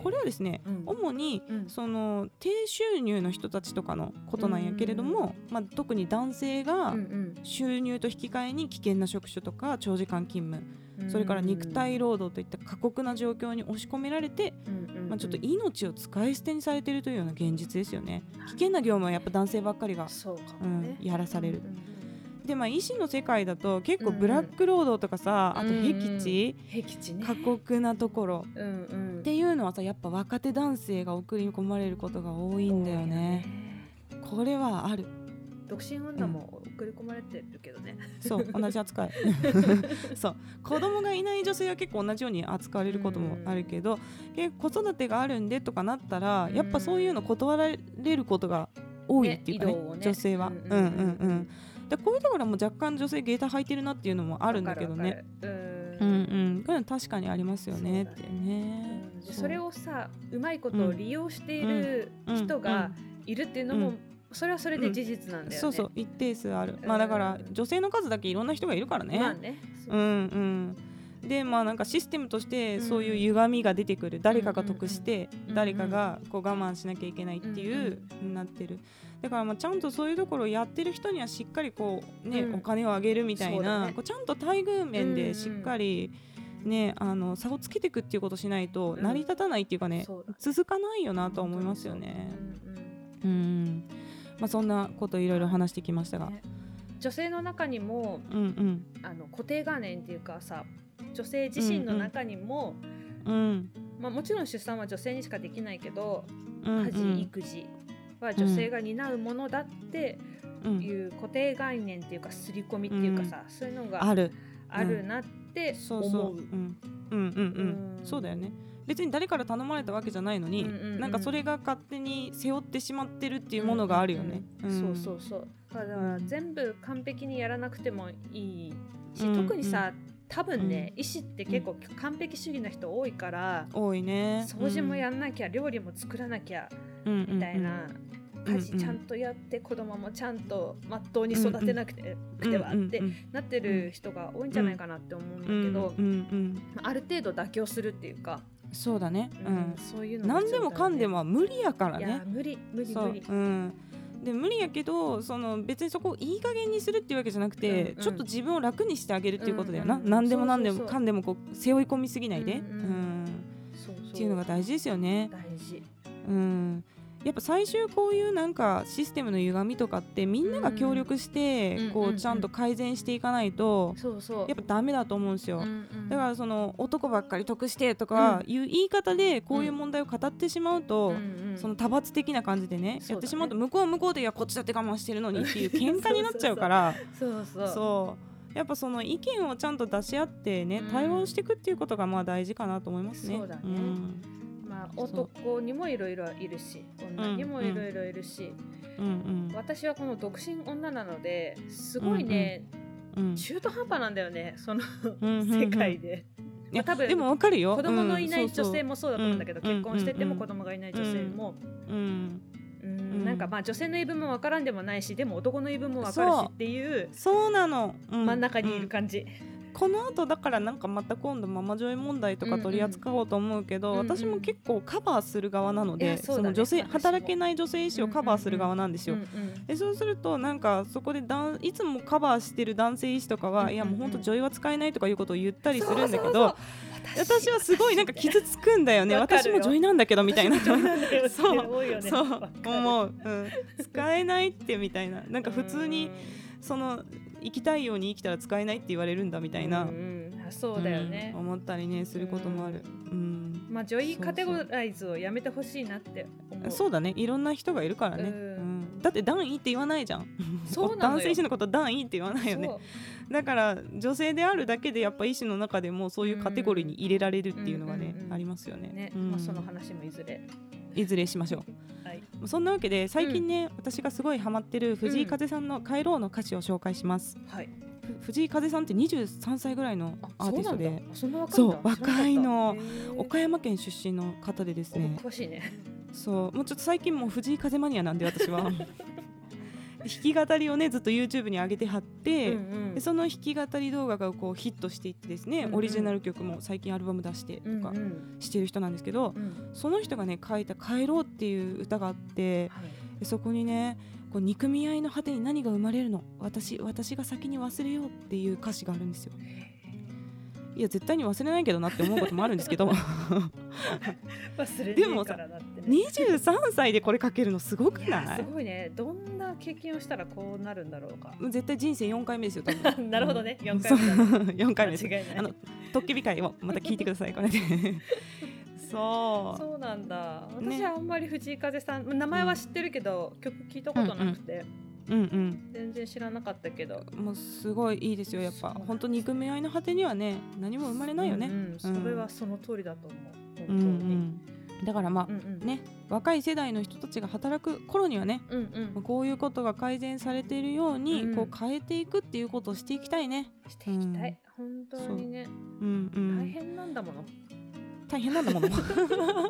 Speaker 2: これはですね、
Speaker 1: うん
Speaker 2: 主に
Speaker 1: うん
Speaker 2: その低収入の人たちとかのことなんやけれども、まあ、特に男性が
Speaker 1: うん
Speaker 2: 収入と引き換えに危険な職種とか長時間勤務
Speaker 1: うん
Speaker 2: それから肉体労働といった過酷な状況に押し込められて、
Speaker 1: うんうんうん
Speaker 2: まあ、ちょっと命を使い捨てにされているというような現実ですよね。危険な業務はやっぱ男性ばっかりが、
Speaker 1: そうか
Speaker 2: う
Speaker 1: もね
Speaker 2: ん、、やらされる
Speaker 1: う。ん
Speaker 2: でまあ医師の世界だと結構ブラック労働とかさ、
Speaker 1: うん
Speaker 2: あと僻地、
Speaker 1: うん僻地ね
Speaker 2: 過酷なところ
Speaker 1: うんうん
Speaker 2: っていうのはさやっぱ若手男性が送り込まれることが多いんだよね。これはある
Speaker 1: 独身女も送り込まれてるけどね
Speaker 2: そう同じ 扱いそう子供がいない女性は結構同じように扱われることもあるけど、結構子育てがあるんでとかなったら、やっぱそういうの断られることが多いっていうかね
Speaker 1: ね移動をね
Speaker 2: 女性は、
Speaker 1: う
Speaker 2: うんん、
Speaker 1: う
Speaker 2: う
Speaker 1: う
Speaker 2: んんうんん
Speaker 1: う
Speaker 2: うんんだからこういうところも若干女性ゲーター履いてるなっていうのもあるんだけど
Speaker 1: わか
Speaker 2: ね
Speaker 1: るわかる
Speaker 2: う
Speaker 1: うんん
Speaker 2: うんこういうの確かにありますよねっていうね
Speaker 1: うんで
Speaker 2: う
Speaker 1: それをさうまいことを利用している人がいるっていうの
Speaker 2: う
Speaker 1: も
Speaker 2: ん
Speaker 1: それはそれで事実なんだよね
Speaker 2: そうそう一定数ある、まあだから女性の数だけいろんな人がいるからね、
Speaker 1: まあねそううん
Speaker 2: うん、でまあなんかシステムとしてそういう歪みが出てくる、誰かが得して、
Speaker 1: うん
Speaker 2: 誰かがこう我慢しなきゃいけないっていう、なってるだからまあちゃんとそういうところをやってる人にはしっかりこう、ね
Speaker 1: うん
Speaker 2: お金をあげるみたい
Speaker 1: そうだ
Speaker 2: な、
Speaker 1: ね
Speaker 2: こうちゃんと待遇面でしっかり、ね、あの差をつけていくっていうことしないと
Speaker 1: うん
Speaker 2: 成り立たないっていうかね、
Speaker 1: そうだ
Speaker 2: 続かないよなとは思いますよね。
Speaker 1: うんうん
Speaker 2: うんまあ、そんなこといろいろ話してきましたが、
Speaker 1: ね女性の中にも
Speaker 2: うん
Speaker 1: あの固定概念っていうかさ女性自身の中にも、
Speaker 2: うんうん
Speaker 1: まあ、もちろん出産は女性にしかできないけど
Speaker 2: うんうん
Speaker 1: 家事育児は女性が担うものだって
Speaker 2: うん
Speaker 1: いう固定概念っていうか刷り込みっていうかさ、そういうのが
Speaker 2: ある
Speaker 1: あるなって
Speaker 2: そうそう
Speaker 1: 思う。
Speaker 2: うん、うんうんうん
Speaker 1: うん
Speaker 2: そうだよね別に誰から頼まれたわけじゃないのに、
Speaker 1: うんうんうん
Speaker 2: なんかそれが勝手に背負ってしまってるっていうものがあるよね。
Speaker 1: うんうんうん
Speaker 2: ん
Speaker 1: そうそうそうだから全部完璧にやらなくてもいいし、
Speaker 2: うん
Speaker 1: 特にさ多分ね、医師って結構完璧主義な人多いから、
Speaker 2: 多いね。
Speaker 1: 掃除もやんなきゃ、料理も作らなきゃみ
Speaker 2: み
Speaker 1: たいな、
Speaker 2: うんうん
Speaker 1: 家事ちゃんとやって子供もちゃんとまっとうに育てなくて,、
Speaker 2: う
Speaker 1: く
Speaker 2: ん
Speaker 1: てはって
Speaker 2: うんうん
Speaker 1: なってる人が多いんじゃないかなって思うんだけど、
Speaker 2: うんうん
Speaker 1: まあある程度妥協するっていうか、
Speaker 2: うんそうだね。
Speaker 1: う
Speaker 2: うんん。
Speaker 1: そういうのが
Speaker 2: 何でもかんでもは無理やから
Speaker 1: 必要だよね、いや
Speaker 2: ね。
Speaker 1: 無理無理
Speaker 2: そ
Speaker 1: 無
Speaker 2: う
Speaker 1: 理。。
Speaker 2: うん。で無理やけどその別にそこをいい加減にするっていうわけじゃなくて、
Speaker 1: うんうん
Speaker 2: ちょっと自分を楽にしてあげるっていうことだよな、
Speaker 1: うんうん
Speaker 2: 何でも何で
Speaker 1: そうそ
Speaker 2: も
Speaker 1: うそう
Speaker 2: かんでもこう背負い込みすぎないで、
Speaker 1: う
Speaker 2: うんん
Speaker 1: うんそうそう
Speaker 2: っていうのが大事ですよね。
Speaker 1: 大事
Speaker 2: うん、やっぱ最終こういうなんかシステムの歪みとかってみんなが協力して
Speaker 1: うん
Speaker 2: こ
Speaker 1: うんうん
Speaker 2: うちゃんと改善していかないと
Speaker 1: そうそう
Speaker 2: やっぱダメだと思うんですよ
Speaker 1: う。んうん
Speaker 2: だからその男ばっかり得してとかいう言い方でこういう問題を語ってしまうと
Speaker 1: うんうん
Speaker 2: その多発的な感じでね
Speaker 1: そうだね
Speaker 2: やってしまうと向こう向こうでいやこっちだって我慢してるのにっていう喧嘩になっちゃうから
Speaker 1: そう そう
Speaker 2: そうやっぱその意見をちゃんと出し合ってね
Speaker 1: うん
Speaker 2: 対応していくっていうことがまあ大事かなと思いますね。
Speaker 1: そうだね
Speaker 2: ん
Speaker 1: まあ
Speaker 2: そう
Speaker 1: 男にもいろいろいるし女にもいろいろいるし、
Speaker 2: うんうん
Speaker 1: 私はこの独身女なのですごいね、
Speaker 2: うん
Speaker 1: 中途半端なんだよねその
Speaker 2: うんうんうん
Speaker 1: 世界で、
Speaker 2: い
Speaker 1: ま
Speaker 2: や
Speaker 1: あ多分
Speaker 2: でもわかるよ
Speaker 1: 子供のいない女性
Speaker 2: も、
Speaker 1: もそうだと思うんだけど、
Speaker 2: うん
Speaker 1: 結婚してても
Speaker 2: うん
Speaker 1: 子供がいない女性も、
Speaker 2: う
Speaker 1: う
Speaker 2: ん
Speaker 1: ん
Speaker 2: うん
Speaker 1: なんかまあ女性の言い分も分からんでもないしでも男の言い分も分かるし
Speaker 2: そう
Speaker 1: っていう
Speaker 2: そうなの、うん
Speaker 1: 真ん中にいる
Speaker 2: う
Speaker 1: 感じ、
Speaker 2: んこの後だからなんかまた今度ママジョイ問題と
Speaker 1: うん
Speaker 2: か
Speaker 1: うん
Speaker 2: 取り扱おうと思うけど、
Speaker 1: うんうん
Speaker 2: 私も結構カバーする側なの
Speaker 1: い
Speaker 2: で、
Speaker 1: やそうだね
Speaker 2: の女性
Speaker 1: 私も
Speaker 2: 働けない女性医師をカバーする側なんですよ。
Speaker 1: うんうん
Speaker 2: でそうするとなんかそこでだんいつもカバーしてる男性医師とか
Speaker 1: う
Speaker 2: は、
Speaker 1: んうんうん
Speaker 2: いやもうほんと女医は使えないとかいうことを言ったりす
Speaker 1: そう
Speaker 2: るんだけど
Speaker 1: そうそう
Speaker 2: 私はすごいなんか傷つくんだよね
Speaker 1: わかる
Speaker 2: 私
Speaker 1: よ
Speaker 2: も女医なんだけどみたいな。
Speaker 1: 私も女医んだよって
Speaker 2: そう
Speaker 1: 多いよね
Speaker 2: そ
Speaker 1: わ
Speaker 2: う
Speaker 1: かる
Speaker 2: 思う、うん、使えないってみたいななんか普通にその生きたいように生きたら使えないって言われるんだみたいな、
Speaker 1: うんうんあそうだよね
Speaker 2: うん、思ったりねすることもある、うん
Speaker 1: まあ女医
Speaker 2: そうそう
Speaker 1: カテゴライズをやめてほしいなって思う
Speaker 2: そうだねいろんな人がいるからね、
Speaker 1: う
Speaker 2: うんんだって男医って言わないじゃん
Speaker 1: そうなのよ
Speaker 2: 男性医師のこと男医って言わないよね
Speaker 1: そ
Speaker 2: だから女性であるだけでやっぱ医師の中でもそういうカテゴリーに入れられるっていうのがね、
Speaker 1: うんうんうん
Speaker 2: ありますよね
Speaker 1: うね、
Speaker 2: うん
Speaker 1: まあその話もいずれ
Speaker 2: いずれしましょ
Speaker 1: はい、
Speaker 2: うそんなわけで最近ね、私がすごいハマってる藤井風さんの「帰ろう」の歌詞を紹介します、
Speaker 1: はい、
Speaker 2: ふ藤井風さんって23歳ぐらいのアーティストで
Speaker 1: あそうなんだあそん
Speaker 2: そ
Speaker 1: な
Speaker 2: う
Speaker 1: 若いんだ
Speaker 2: 若いの
Speaker 1: 知らなかったへー
Speaker 2: 岡山県出身の方でですね
Speaker 1: お詳しいね
Speaker 2: そうもうちょっと最近もう藤井風マニアなんで私 は弾き語りをねずっと YouTube に上げてはって、
Speaker 1: うん
Speaker 2: でその弾き語り動画がこうヒットしていってですね、
Speaker 1: うんうん
Speaker 2: オリジナル曲も最近アルバム出してと
Speaker 1: うん
Speaker 2: か
Speaker 1: うん
Speaker 2: してる人なんですけど、
Speaker 1: うん
Speaker 2: その人がね書いた「帰ろう」っていう歌があって
Speaker 1: はい
Speaker 2: でそこにねこう憎み合いの果てに何が生まれるの私私が先に忘れようっていう歌詞があるんですよ。いや絶対に忘れないけどなって思うこともあるんですけ ど
Speaker 1: 忘れ
Speaker 2: で
Speaker 1: ねえ
Speaker 2: も
Speaker 1: か
Speaker 2: さ
Speaker 1: らなってね
Speaker 2: 23歳でこれ書けるのすごく
Speaker 1: いや
Speaker 2: な
Speaker 1: す
Speaker 2: い
Speaker 1: ごいねどんな経験をしたらこうなるんだろうか
Speaker 2: 絶対人生4回目ですよ多分
Speaker 1: なるほどね
Speaker 2: うん
Speaker 1: 4回目だね
Speaker 2: そう四回目です
Speaker 1: 間違いない
Speaker 2: あのトッケビ会をまた聞いてくださいこれでそ う
Speaker 1: そうなんだ
Speaker 2: ね
Speaker 1: 私はあんまり藤井風さん、名前は知ってるけど、曲聞いたことなくて、
Speaker 2: うん
Speaker 1: 全然知らなかったけど
Speaker 2: うんもうすごいいいですよやっ
Speaker 1: そう
Speaker 2: ぱ
Speaker 1: なんです
Speaker 2: 本当憎み合いの果てにはね何も生まれないよね
Speaker 1: うんうんそれはその通りだと思う、
Speaker 2: うんう
Speaker 1: 本
Speaker 2: んだからま
Speaker 1: 当
Speaker 2: あ
Speaker 1: にうんうん
Speaker 2: ね若い世代の人たちが働く頃にはね
Speaker 1: うんうん
Speaker 2: こういうことが改善されているように、
Speaker 1: うん
Speaker 2: こう変えていくっていうことをしていきたいね。
Speaker 1: していきたい、本当にね
Speaker 2: うんうん、
Speaker 1: 大変なんだもの、
Speaker 2: 大変なんだもの。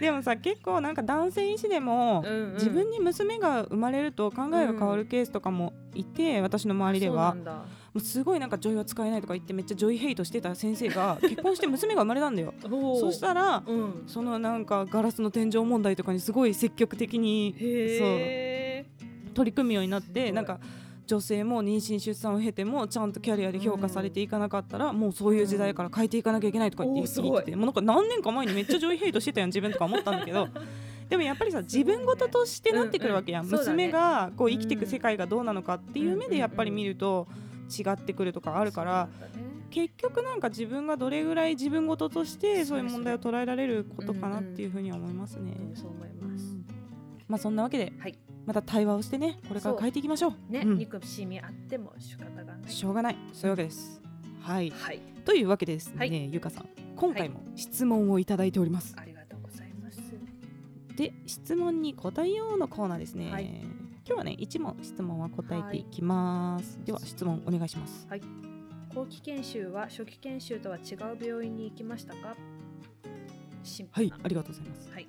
Speaker 2: でもさ結構なんか男性医師でも、
Speaker 1: うんうん
Speaker 2: 自分に娘が生まれると考えが変わるケースとかもいて、私の周りでは
Speaker 1: そうなんだ
Speaker 2: もうすごいなんか女医は使えないとか言ってめっちゃ女医ヘイトしてた先生が結婚して娘が生まれたんだよ。そしたら
Speaker 1: うん
Speaker 2: そのなんかガラスの天井問題とかにすごい積極的に
Speaker 1: へえ
Speaker 2: 取り組むようになっ
Speaker 1: すご
Speaker 2: て
Speaker 1: い
Speaker 2: なんか女性も妊娠出産を経てもちゃんとキャリアで評価されていかなかったら、もうそういう時代から変えていかなきゃいけないとか言って
Speaker 1: おー
Speaker 2: 言
Speaker 1: す
Speaker 2: っ
Speaker 1: ごい
Speaker 2: ててもうなんか何年か前にめっちゃ上位ヘイトしてたやん自分とか思ったんだけど でもやっぱりさ
Speaker 1: すごい
Speaker 2: 自
Speaker 1: ね
Speaker 2: 分事としてなってくるわけやん、
Speaker 1: うんうんそうだね
Speaker 2: 娘がこう生きていうく
Speaker 1: ん
Speaker 2: 世界がどうなのかっていう目でやっぱり見ると違ってくるとかあるから。
Speaker 1: そうなんだね
Speaker 2: 結局なんか自分がどれぐらい自分事としてそういう問題を捉えられることかなっていうふうには思いますね。
Speaker 1: うんそう思います、
Speaker 2: うんまあそんなわけで
Speaker 1: はい
Speaker 2: また対話をしてねこれから変えていきましょう
Speaker 1: ね、
Speaker 2: うん
Speaker 1: 憎しみあっても仕方がない
Speaker 2: しょうがないそういうわけですはい
Speaker 1: はい
Speaker 2: というわけでですね、
Speaker 1: はい
Speaker 2: ゆかさん今回も質問をいただいております、
Speaker 1: ありがとうございます。
Speaker 2: で質問に答えようのコーナーですね、
Speaker 1: はい
Speaker 2: 今日はね1問質問は答えていきます、では質問お願いします
Speaker 1: 後期研修は初期研修とは違う病院に行きましたか。シンプ
Speaker 2: は
Speaker 1: ル
Speaker 2: い
Speaker 1: な
Speaker 2: ありがとうございます
Speaker 1: はい、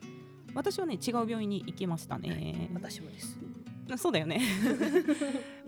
Speaker 2: 私はね違う病院に行きましたね、
Speaker 1: 私もです。
Speaker 2: そうだよ ね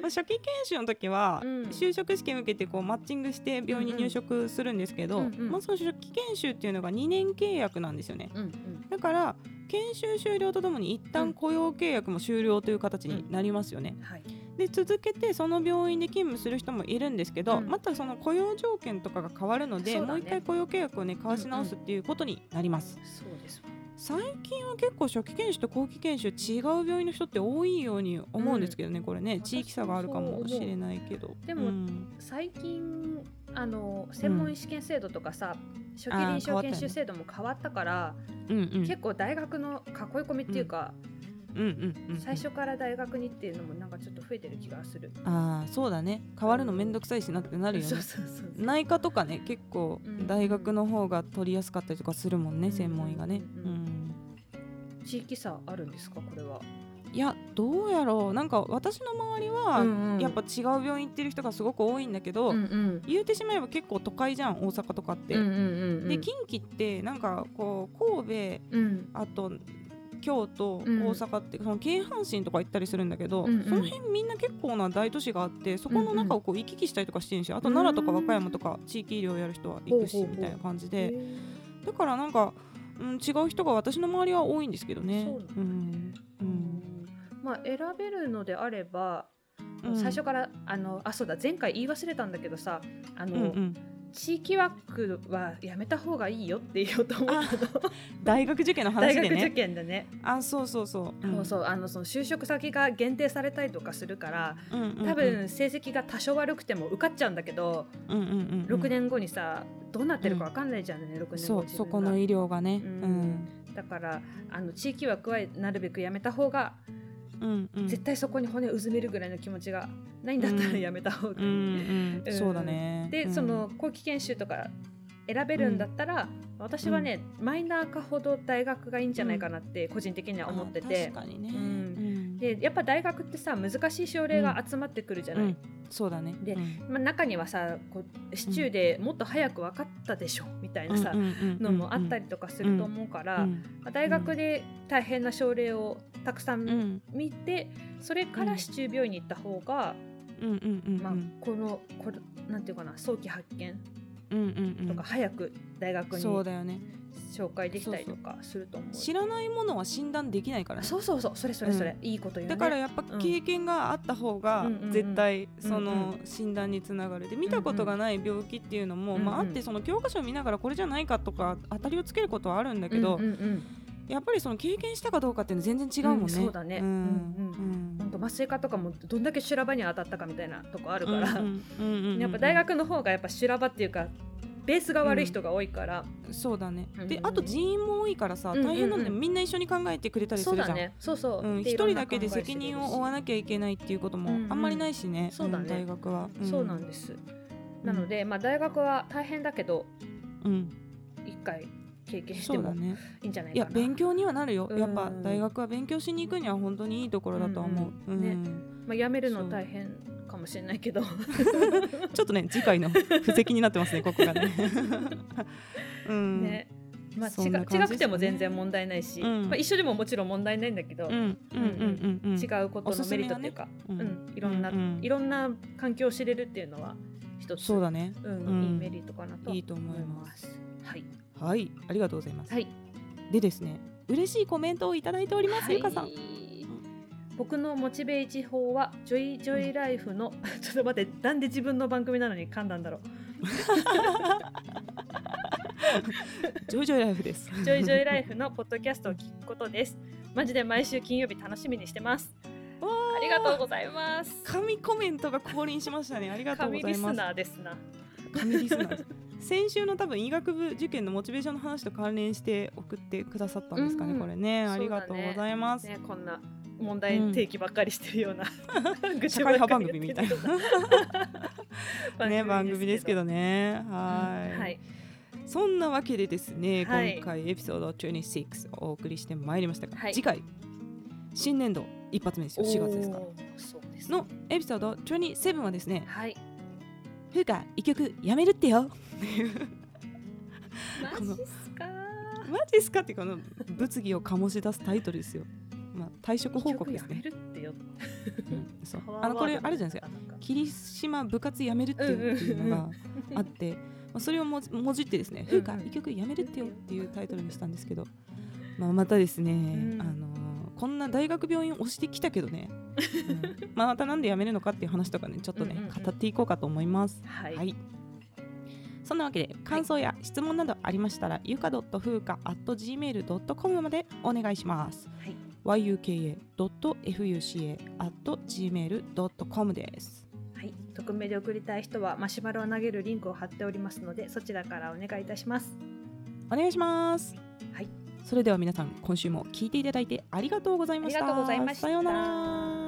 Speaker 2: まあ初期研修の時は、
Speaker 1: うん
Speaker 2: 就職試験受けてこうマッチングして病院に入職するんですけど、
Speaker 1: うんうんうんうん
Speaker 2: まあ、その初期研修っていうのが2年契約なんですよね
Speaker 1: うんうん。
Speaker 2: だから研修終了とともに一旦雇用契約も終了という形になりますよね。
Speaker 1: はい。
Speaker 2: で続けてその病院で勤務する人もいるんですけど、
Speaker 1: うん
Speaker 2: またその雇用条件とかが変わるので、
Speaker 1: そうだね
Speaker 2: もう一回雇用契約をね交わし直すっていうことになります。
Speaker 1: そうです。
Speaker 2: 最近は結構初期研修と後期研修違う病院の人って多いように思うんですけどね、これね
Speaker 1: 私も
Speaker 2: 地域差があるかもしれないけど
Speaker 1: でも
Speaker 2: うん
Speaker 1: 最近あの専門医試験制度とかさ、初期
Speaker 2: あー
Speaker 1: 臨
Speaker 2: 変
Speaker 1: 床
Speaker 2: わったよ
Speaker 1: 研
Speaker 2: ね
Speaker 1: 修制度も変わったから、
Speaker 2: うんうん
Speaker 1: 結構大学の囲い込みっていうか、
Speaker 2: うんうんうん
Speaker 1: 最初から大学にっていうのもなんかちょっと増えてる気がする。
Speaker 2: ああそうだね変わるのめんどくさいしなってなるよ
Speaker 1: そ
Speaker 2: ね
Speaker 1: うそうそう。
Speaker 2: 内科とかね結構
Speaker 1: うん
Speaker 2: 大学の方が取りやすかったりとかするもん
Speaker 1: う
Speaker 2: ね、
Speaker 1: ん
Speaker 2: 専門医がね、
Speaker 1: うん
Speaker 2: うん
Speaker 1: 地域差あるんですかこれは。
Speaker 2: いやどうやろうなんか私の周りは、
Speaker 1: うんうん
Speaker 2: やっぱ違う病院行ってる人がすごく多いんだけど、
Speaker 1: うんうん。
Speaker 2: 言うてしまえば結構都会じゃん大阪とかって、
Speaker 1: うんうんうんうん、
Speaker 2: で近畿ってなんかこう神戸
Speaker 1: うん
Speaker 2: あと京都、
Speaker 1: うん
Speaker 2: 大阪ってその京阪神とか行ったりするんだけど、
Speaker 1: うんうん
Speaker 2: その辺みんな結構な大都市があってそこの中をこう行き来したりとかしてるしあと奈良とか和歌山とか地域医療やる人は行くし、
Speaker 1: ほうほうほう
Speaker 2: みたいな感じ
Speaker 1: へ
Speaker 2: で
Speaker 1: ー
Speaker 2: だからなんか、うん、違う人が私の周りは多いんですけどね。
Speaker 1: そうなんだ
Speaker 2: うんうん
Speaker 1: まあ選べるのであれば、
Speaker 2: うん
Speaker 1: 最初からあのあそうだ前回言い忘れたんだけどさあ
Speaker 2: うんう
Speaker 1: の、
Speaker 2: ん、
Speaker 1: 地域枠はやめた方がいいよって言おうと思ったの
Speaker 2: 大学受 験の
Speaker 1: 大
Speaker 2: 話で
Speaker 1: 学受
Speaker 2: ね
Speaker 1: 験でね
Speaker 2: あそうそうそう、
Speaker 1: そうそううあのその就職先が限定されたりとかするから
Speaker 2: ん、うんうんうん
Speaker 1: 多分成績が多少悪くても受かっちゃうんだけど、
Speaker 2: うんうんうんうん
Speaker 1: 6年後にさどうなってるか分かんないじゃんね、6年
Speaker 2: そ
Speaker 1: 後
Speaker 2: う
Speaker 1: 自
Speaker 2: そ
Speaker 1: 分
Speaker 2: この医療がね、
Speaker 1: う
Speaker 2: うん
Speaker 1: んがだからあの地域枠はなるべくやめた方が
Speaker 2: うんうん、
Speaker 1: 絶対そこに骨うずめるぐらいの気持ちがないんだったら
Speaker 2: うん
Speaker 1: やめた方がいい。
Speaker 2: うんうん、
Speaker 1: うん
Speaker 2: そうだね。
Speaker 1: で、
Speaker 2: うん
Speaker 1: その後期研修とか選べるんだったら、私はね、マイナー化ほど大学がいいんじゃないかなって個人的には思ってて
Speaker 2: あ確、かにね、
Speaker 1: うん
Speaker 2: うん
Speaker 1: でやっぱ大学ってさ難しい症例が集まってくるじゃ
Speaker 2: う
Speaker 1: ない。
Speaker 2: ん、そうだね。
Speaker 1: で
Speaker 2: うん
Speaker 1: まあ、中にはさこうシチューでもっと早く分かったでしょみたいなさ、
Speaker 2: うんうんうんうん
Speaker 1: のもあったりとかすると思うから、
Speaker 2: うん
Speaker 1: まあ大学で大変な症例をたくさ
Speaker 2: うんん
Speaker 1: 見て、それから市中病院に行った方が、
Speaker 2: うんうんうんうん
Speaker 1: まあ、このこれなんていうかな早期発見
Speaker 2: うんうんうん
Speaker 1: とか早く大学に
Speaker 2: そうだよね。
Speaker 1: 紹介できたりとかすると思う。
Speaker 2: 知らないものは診断できないからね。
Speaker 1: そうそうそうそれそれそれ、いいこと言うね。
Speaker 2: だからやっぱ
Speaker 1: うん
Speaker 2: 経験があった方が
Speaker 1: うんうんうん
Speaker 2: 絶対そ
Speaker 1: うん
Speaker 2: の診断につながるで見たことがない病気っていうのも
Speaker 1: うんうん
Speaker 2: まああってその教科書を見ながらこれじゃないかとか当たりをつけることはあるんだけ
Speaker 1: う
Speaker 2: ど
Speaker 1: んうんうん
Speaker 2: やっぱりその経験したかどうかっていうの全然違うもんね。
Speaker 1: うんそうだね
Speaker 2: うん
Speaker 1: うんほんと麻酔科とかもどんだけ修羅場に当たったかみたいなとこある
Speaker 2: う
Speaker 1: か
Speaker 2: ん
Speaker 1: ら、
Speaker 2: うんうんうんうん
Speaker 1: やっぱ大学の方がやっぱ修羅場っていうかベースが悪い人が多いから、
Speaker 2: そうだね。
Speaker 1: うんうん
Speaker 2: であと人員も多いからさ
Speaker 1: うんうんうん
Speaker 2: 大変なのでみんな一緒に考えてくれたりす
Speaker 1: そう
Speaker 2: るじ
Speaker 1: だ
Speaker 2: ゃん。
Speaker 1: ねそうそう、
Speaker 2: うん、
Speaker 1: で
Speaker 2: 一
Speaker 1: いろ
Speaker 2: 人
Speaker 1: な
Speaker 2: だけで
Speaker 1: 考え
Speaker 2: 責任を負
Speaker 1: するし
Speaker 2: わなきゃいけないっていうこと
Speaker 1: うんうん
Speaker 2: もあんまりないしね、
Speaker 1: そうだね
Speaker 2: ん大学は、
Speaker 1: そうなんです、なので、まあ、大学は大変だけど
Speaker 2: うん、
Speaker 1: 一回経験し
Speaker 2: そ
Speaker 1: て
Speaker 2: うだ
Speaker 1: も
Speaker 2: ね
Speaker 1: いいんじゃない
Speaker 2: い
Speaker 1: か
Speaker 2: や
Speaker 1: な、
Speaker 2: 勉強にはなるよ、
Speaker 1: うん
Speaker 2: やっぱ大学は勉強しに行くには本当にいいところだとは思う、
Speaker 1: うんうん
Speaker 2: うん
Speaker 1: まあ、やめる
Speaker 2: そ
Speaker 1: の
Speaker 2: う
Speaker 1: 大変かもしれないけど
Speaker 2: ちょっとね次回の布石になってま すねここがねうん
Speaker 1: ね、まあ、
Speaker 2: そ
Speaker 1: 違
Speaker 2: んな
Speaker 1: 違
Speaker 2: 感じですね
Speaker 1: くても全然問題ないし、
Speaker 2: うん
Speaker 1: まあ、一緒でももちろん問題ないんだけど、
Speaker 2: うんうんうんうんうん
Speaker 1: 違うことのメリットっていうか、
Speaker 2: おすすめはね
Speaker 1: うんいろんな、
Speaker 2: うんうん
Speaker 1: いろんな環境を知れるっていうのは一つ
Speaker 2: そうだね
Speaker 1: うん
Speaker 2: うん
Speaker 1: いいメリットかなと
Speaker 2: いいと思
Speaker 1: 思
Speaker 2: い
Speaker 1: い
Speaker 2: ま
Speaker 1: ますす。はい、
Speaker 2: はいありがとうございます、
Speaker 1: はい、
Speaker 2: でですね嬉しいコメントをいただいております、
Speaker 1: はい
Speaker 2: ゆかさん
Speaker 1: 僕のモチベーチ法はジョイジョイライフの ちょっと待ってなんで自分の番組なのに噛んだんだろ う
Speaker 2: ジョイジョイライフです
Speaker 1: ジョイジョイライフのポッドキャストを聞くことですマジで毎週金曜日楽しみにしてます
Speaker 2: おー
Speaker 1: ありがとうございます
Speaker 2: 神コメントが降臨しましたねありがとうご
Speaker 1: 神
Speaker 2: ざい
Speaker 1: リス
Speaker 2: ます
Speaker 1: ナーですな
Speaker 2: 神リスナーです先週の多分医学部受験のモチベーションの話と関連して送ってくださったんですかね、
Speaker 1: うん
Speaker 2: これね
Speaker 1: そうだね
Speaker 2: ありがとうござい ます、
Speaker 1: ねこんな問題提起ばっかりしてる ような、愚痴
Speaker 2: 社
Speaker 1: ばっ
Speaker 2: 会
Speaker 1: かりやって
Speaker 2: 派番組
Speaker 1: る
Speaker 2: みたい なね番組ですけどねは
Speaker 1: はいい
Speaker 2: そんなわけでですね、
Speaker 1: はい
Speaker 2: 今回エピソード26をお送りしてまいりましたが、
Speaker 1: はい
Speaker 2: 次回新年度一発目ですよ4月ですから
Speaker 1: おーそうですね
Speaker 2: のエピソード27はですね
Speaker 1: はい
Speaker 2: 「風花一曲やめるってよ」
Speaker 1: マ
Speaker 2: この
Speaker 1: ジっすかー
Speaker 2: マジっすかってこの物議を醸し出すタイトルですよ。まあ、退職報告ですね。
Speaker 1: 一曲やめるってよ
Speaker 2: うんそうあのこれあれじゃないですか。
Speaker 1: か
Speaker 2: 霧島部活やめるっていうっていうのがあって、まあ、それをもじもじってですね「風花一曲やめるってよ」っていうタイトルにしたんですけど、まあ、またですね、
Speaker 1: ん
Speaker 2: あのーこんな大学病院押してきたけど ね、うんまあ、またなんでやめるのかっていう話とかねちょっとね、
Speaker 1: うんうんうん
Speaker 2: 語っていこうかと思います。
Speaker 1: はい、
Speaker 2: はい。そんなわけで感想や質問などありましたら、ゆかドットふうか at gmail ドットコムまでお願いします。
Speaker 1: はい、
Speaker 2: y u k a ドット f u c a at gmail ドットコムです。
Speaker 1: はい、匿名で送りたい人はマシュマロを投げるリンクを貼っておりますのでそちらからお願いいたします
Speaker 2: お願いします。
Speaker 1: はい。
Speaker 2: それでは皆さん今週も聞いていただいてありがとうございました。
Speaker 1: ありがとうございました
Speaker 2: さようなら。